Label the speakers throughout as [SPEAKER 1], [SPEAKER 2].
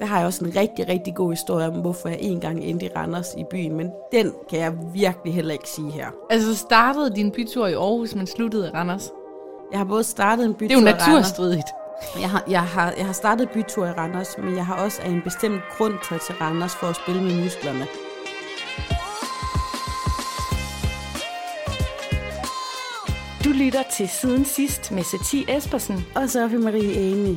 [SPEAKER 1] Der har jeg også en rigtig, rigtig god historie om, hvorfor jeg engang endte i Randers i byen, men den kan jeg virkelig heller ikke sige her.
[SPEAKER 2] Altså, du startede din bytur i Aarhus, men sluttede i Randers.
[SPEAKER 1] Jeg har både startet en bytur
[SPEAKER 2] Det er jo
[SPEAKER 1] i Randers.
[SPEAKER 2] naturstridigt.
[SPEAKER 1] Jeg har, jeg, har, jeg har startet bytur i Randers, men jeg har også af en bestemt grund taget til Randers for at spille med musklerne.
[SPEAKER 3] Du lytter til Siden Sidst med Satie Espersen.
[SPEAKER 1] Og så er vi Marie Amy.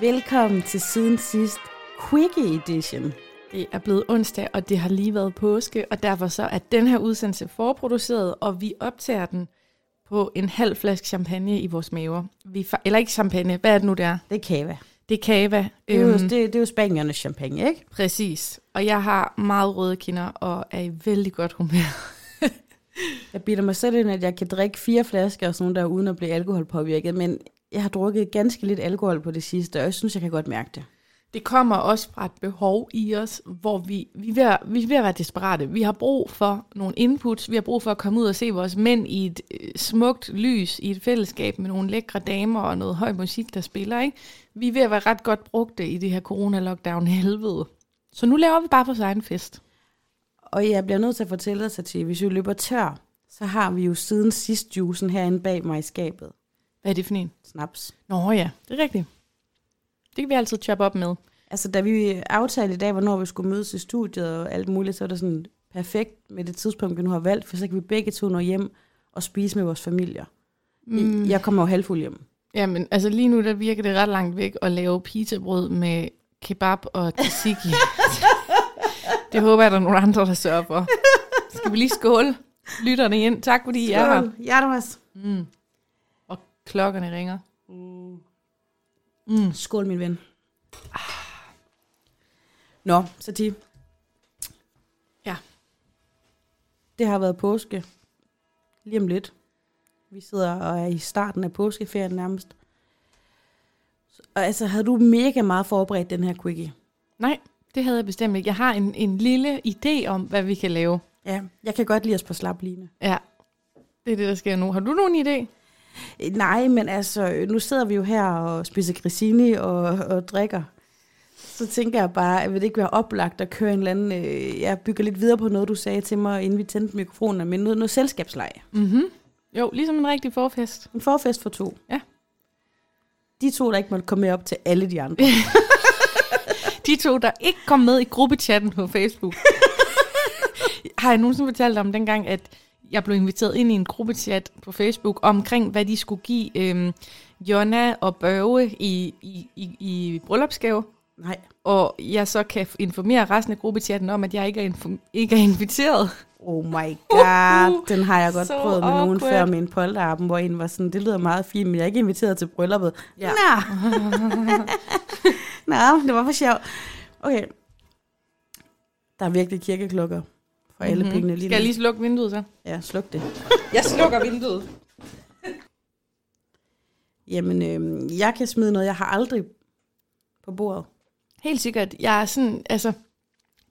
[SPEAKER 1] Velkommen til siden sidst Quickie Edition.
[SPEAKER 2] Det er blevet onsdag, og det har lige været påske, og derfor så er den her udsendelse forproduceret, og vi optager den på en halv flaske champagne i vores maver. Vi fa- eller ikke champagne, hvad er det nu, der?
[SPEAKER 1] Det er kava.
[SPEAKER 2] Det er cava.
[SPEAKER 1] Det er, jo,
[SPEAKER 2] Øhm,
[SPEAKER 1] det, det er jo spaniernes champagne, ikke?
[SPEAKER 2] Præcis. Og jeg har meget røde kinder og er i vældig godt humør.
[SPEAKER 1] Jeg bilder mig selv ind, at jeg kan drikke fire flasker og sådan noget der, uden at blive alkoholpåvirket, men jeg har drukket ganske lidt alkohol på det sidste, og jeg synes, jeg kan godt mærke det.
[SPEAKER 2] Det kommer også fra et behov i os, hvor vi, vi, er ved at, vi er ved at være desperate. Vi har brug for nogle inputs. Vi har brug for at komme ud og se vores mænd i et øh, smukt lys, i et fællesskab med nogle lækre damer og noget høj musik, der spiller. Ikke? Vi er ved at være ret godt brugte i det her corona-lockdown-helvede. Så nu laver vi bare vores egen fest.
[SPEAKER 1] Og jeg bliver nødt til at fortælle dig, til, hvis vi løber tør, så har vi jo siden sidst juicen herinde bag mig i skabet.
[SPEAKER 2] Hvad er det for en?
[SPEAKER 1] Snaps.
[SPEAKER 2] Nå ja, det er rigtigt. Det kan vi altid choppe op med.
[SPEAKER 1] Altså, da vi aftalte i dag, hvornår vi skulle mødes i studiet og alt muligt, så var det sådan perfekt med det tidspunkt, vi nu har valgt, for så kan vi begge to nå hjem og spise med vores familier. Mm. Jeg kommer jo halvfuld hjem.
[SPEAKER 2] Jamen, altså lige nu, der virker det ret langt væk at lave pizzabrød med kebab og tzatziki. det håber jeg, der er nogle andre, der sørger for. Skal vi lige skåle lytterne ind? Tak, fordi I er her.
[SPEAKER 1] Ja, Thomas.
[SPEAKER 2] Og klokkerne ringer.
[SPEAKER 1] Skål, min ven. Ah. Nå, så de,
[SPEAKER 2] Ja,
[SPEAKER 1] det har været påske. Lige om lidt. Vi sidder og er i starten af påskeferien nærmest. Og altså, havde du mega meget forberedt den her quickie?
[SPEAKER 2] nej, det havde jeg bestemt ikke. Jeg har en, en lille idé om, hvad vi kan lave.
[SPEAKER 1] Ja, jeg kan godt lide os på slap line.
[SPEAKER 2] Ja, det er det, der sker nu. Har du nogen idé?
[SPEAKER 1] Øh, Nej, men altså, øh, nu sidder vi jo her og spiser grissini og, og drikker. Så tænker jeg bare, at vil det ikke være oplagt at køre en eller anden... Øh, jeg bygger lidt videre på noget, du sagde til mig, inden vi tændte mikrofonen, men noget, noget selskabsleje.
[SPEAKER 2] Mm-hmm. Jo, ligesom en rigtig forfest.
[SPEAKER 1] En forfest for to.
[SPEAKER 2] Ja.
[SPEAKER 1] De to, der ikke måtte komme med op til alle de andre.
[SPEAKER 2] De to, der ikke kom med i gruppechatten på Facebook. har jeg nogensinde fortalt om dengang, at jeg blev inviteret ind i en gruppechat på Facebook omkring, hvad de skulle give øhm, Jonna og Børge i, i, i, i bryllupsgave.
[SPEAKER 1] Nej.
[SPEAKER 2] Og jeg så kan informere resten af gruppechatten om, at jeg ikke er, inform- ikke er inviteret.
[SPEAKER 1] Oh my god, den har jeg godt
[SPEAKER 2] So
[SPEAKER 1] prøvet med nogen
[SPEAKER 2] Uh-huh. awkward.
[SPEAKER 1] før med en polterappen, hvor en var sådan, det lyder meget fint, men jeg er ikke inviteret til brylluppet.
[SPEAKER 2] Ja.
[SPEAKER 1] Ja. Nå. Nå, det var for sjov. Okay. Der er virkelig kirkeklokker for alle mm-hmm. pengene lige
[SPEAKER 2] Mhm.
[SPEAKER 1] nu.
[SPEAKER 2] Skal jeg lige slukke vinduet så?
[SPEAKER 1] Ja, sluk det.
[SPEAKER 2] Jeg slukker vinduet.
[SPEAKER 1] Jamen, øh, jeg kan smide noget, jeg har aldrig på bordet.
[SPEAKER 2] Helt sikkert. Jeg er sådan, altså,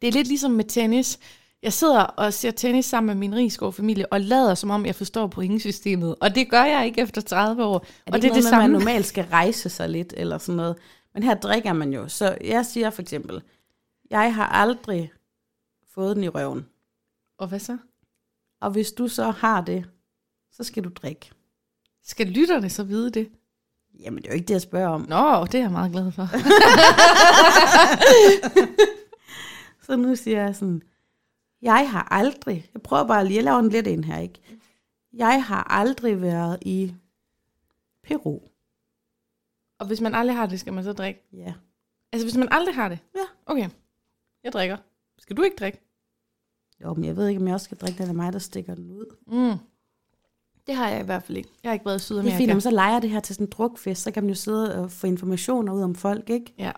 [SPEAKER 2] det er lidt ligesom med tennis. Jeg sidder og ser tennis sammen med min rigskov familie og lader som om, jeg forstår pointsystemet. Og det gør jeg ikke efter 30 år.
[SPEAKER 1] Er det
[SPEAKER 2] og det er det
[SPEAKER 1] noget, med, at
[SPEAKER 2] samme.
[SPEAKER 1] man normalt skal rejse sig lidt, eller sådan noget. Men her drikker man jo. Så jeg siger for eksempel, jeg har aldrig fået den i røven.
[SPEAKER 2] Og hvad så?
[SPEAKER 1] Og hvis du så har det, så skal du drikke.
[SPEAKER 2] Skal lytterne så vide det?
[SPEAKER 1] Jamen, det er jo ikke det, jeg spørger om.
[SPEAKER 2] Nå, det er jeg meget glad for.
[SPEAKER 1] Så nu siger jeg sådan, jeg har aldrig, jeg prøver bare lige, jeg laver den lidt ind her, ikke? Jeg har aldrig været i Peru.
[SPEAKER 2] og hvis man aldrig har det, skal man så drikke?
[SPEAKER 1] Ja.
[SPEAKER 2] Altså, hvis man aldrig har det?
[SPEAKER 1] Ja.
[SPEAKER 2] Okay, jeg drikker. Skal du ikke drikke?
[SPEAKER 1] Jo, men jeg ved ikke, om jeg også skal drikke den af mig, der stikker den ud.
[SPEAKER 2] Mm. Det har jeg i hvert fald ikke. Jeg har ikke været
[SPEAKER 1] Det
[SPEAKER 2] i Sydamerika.
[SPEAKER 1] er fint, når man så leger det her til sådan en drukfest, så kan man jo sidde og få informationer ud om folk, ikke?
[SPEAKER 2] Ja.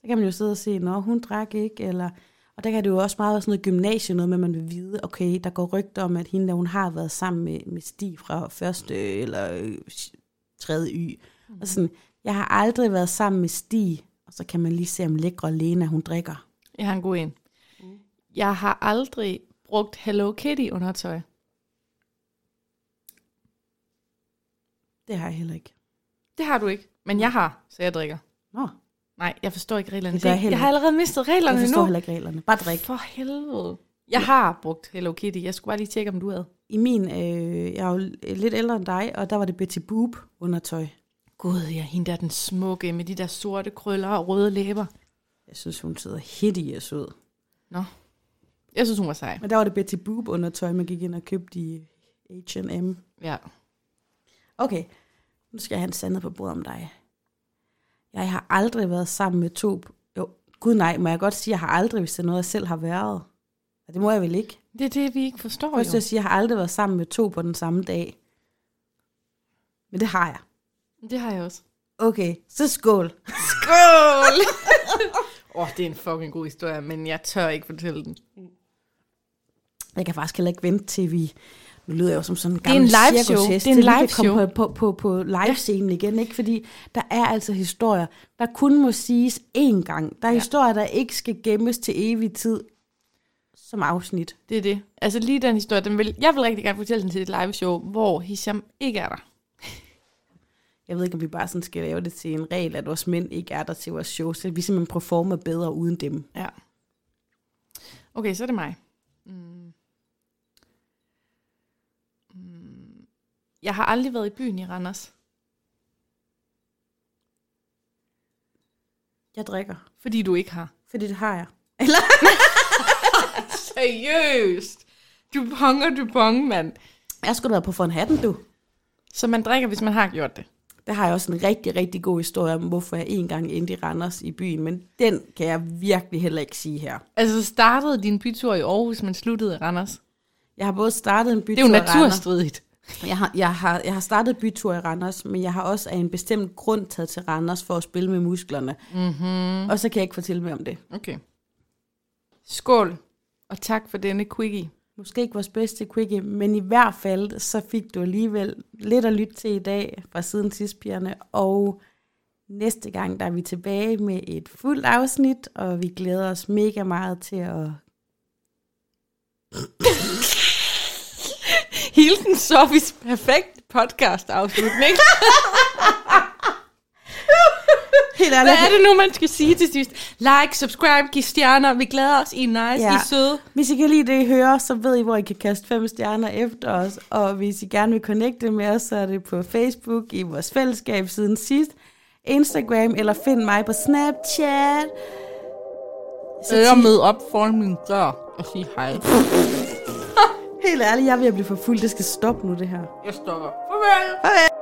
[SPEAKER 1] Så kan man jo sidde og se, når hun drak ikke, eller... Og der kan det jo også meget være sådan noget gymnasie, noget med, at man vil vide, okay, der går rygter om, at hende der, hun har været sammen med, med Stig fra første øh, eller øh, tredje y.
[SPEAKER 2] Mhm.
[SPEAKER 1] Mm. Og sådan, jeg har aldrig været sammen med Stig, og så kan man lige se, om lækre Lena, hun drikker.
[SPEAKER 2] Jeg har en god en. Jeg har aldrig brugt Hello Kitty undertøj.
[SPEAKER 1] Det har jeg heller ikke.
[SPEAKER 2] Det har du ikke, men jeg har, så jeg drikker.
[SPEAKER 1] Nå,
[SPEAKER 2] Nej, jeg forstår ikke reglerne.
[SPEAKER 1] Det gør jeg heller
[SPEAKER 2] jeg har
[SPEAKER 1] ikke.
[SPEAKER 2] allerede mistet reglerne
[SPEAKER 1] jeg forstår
[SPEAKER 2] nu.
[SPEAKER 1] heller ikke reglerne. Bare drik.
[SPEAKER 2] For helvede. Jeg har brugt Hello Kitty. Jeg skulle bare lige tjekke, om du havde.
[SPEAKER 1] I min, øh, jeg er jo lidt ældre end dig, og der var det Betty Boop undertøj.
[SPEAKER 2] Gud, jeg hende der den smukke med de der sorte krøller og røde læber.
[SPEAKER 1] Jeg synes, hun sidder hideous ud.
[SPEAKER 2] Jeg synes, hun var sej.
[SPEAKER 1] Men der var det Betty Boop undertøj, man gik ind og købte i H&M.
[SPEAKER 2] Ja.
[SPEAKER 1] Okay, nu skal jeg have en sandhed på bordet om dig. Jeg har aldrig været sammen med to... Jo, gud nej, må jeg godt sige, at jeg har aldrig, hvis det er noget, jeg selv har været. Og det må jeg vel ikke.
[SPEAKER 2] Det er det, vi ikke forstår
[SPEAKER 1] Først vil
[SPEAKER 2] jo.
[SPEAKER 1] jeg sige, at jeg har aldrig været sammen med to på den samme dag. Men det har jeg.
[SPEAKER 2] Det har jeg også.
[SPEAKER 1] Okay, så skål.
[SPEAKER 2] Skål! Åh, oh, det er en fucking god historie, men jeg tør ikke fortælle den.
[SPEAKER 1] Jeg kan faktisk heller ikke vente til vi... Nu lyder jeg jo som sådan en
[SPEAKER 2] er en
[SPEAKER 1] gammel
[SPEAKER 2] liveshow.
[SPEAKER 1] cirkushest,
[SPEAKER 2] Det er en
[SPEAKER 1] til vi kan
[SPEAKER 2] liveshow.
[SPEAKER 1] komme På, på, på, på live-scenen igen, ikke? Fordi der er altså historier, der kun må siges én gang. Der er ja. historier, der ikke skal gemmes til evig tid som afsnit.
[SPEAKER 2] Det er det. Altså lige den historie, den vil, jeg vil rigtig gerne fortælle den til et live show, hvor Hisham ikke er der.
[SPEAKER 1] Jeg ved ikke, om vi bare sådan skal lave det til en regel, at vores mænd ikke er der til vores show, så vi simpelthen performer bedre uden dem.
[SPEAKER 2] Ja. Okay, så er det mig. Mm. Mm. Jeg har aldrig været i byen i Randers,
[SPEAKER 1] Jeg drikker,
[SPEAKER 2] fordi du ikke har.
[SPEAKER 1] fordi det har jeg.
[SPEAKER 2] Seriøst! Du ponger, du pong, mand.
[SPEAKER 1] Jeg skulle da på for en hatten, du.
[SPEAKER 2] Så man drikker, hvis man har gjort det.
[SPEAKER 1] Der har jeg også en rigtig, rigtig god historie om, hvorfor jeg en gang endte i Randers i byen, men den kan jeg virkelig heller ikke sige her.
[SPEAKER 2] Altså startede din bytur i Aarhus, men sluttede i Randers.
[SPEAKER 1] Jeg har både startet en bytur
[SPEAKER 2] Det er jo
[SPEAKER 1] i Randers.
[SPEAKER 2] naturstridigt.
[SPEAKER 1] Jeg har, jeg, har, jeg har startet bytur i Randers, men jeg har også af en bestemt grund taget til Randers for at spille med musklerne.
[SPEAKER 2] Mhm.
[SPEAKER 1] Mm-hmm. Og så kan jeg ikke fortælle mere om det.
[SPEAKER 2] Okay. Skål, og tak for denne quickie.
[SPEAKER 1] Måske ikke vores bedste quickie, men i hvert fald så fik du alligevel lidt at lytte til i dag fra siden sidst, pigerne. Og næste gang der er vi tilbage med et fuldt afsnit, og vi glæder os mega meget til at...
[SPEAKER 2] Hilden Sofis perfekt podcast afslutning.
[SPEAKER 1] Helt
[SPEAKER 2] Hvad
[SPEAKER 1] ærligt,
[SPEAKER 2] er det nu, man skal sige til sidst? Like, subscribe, giv stjerner. Vi glæder os. I er nice, ja. I
[SPEAKER 1] Ja.
[SPEAKER 2] Altså, er søde.
[SPEAKER 1] Hvis I kan lide det, I hører, så ved I, hvor I kan kaste fem stjerner efter os. Og hvis I gerne vil connecte med os, så er det på Facebook i vores fællesskab siden sidst. Instagram, eller find mig på Snapchat. Så
[SPEAKER 2] Jeg
[SPEAKER 1] ti-
[SPEAKER 2] møder Øh, op foran min dør og sige hej.
[SPEAKER 1] Helt ærligt, jeg er ved at blive for fuld. Det skal stoppe nu, det her.
[SPEAKER 2] Jeg stopper. Farvel.
[SPEAKER 1] Farvel.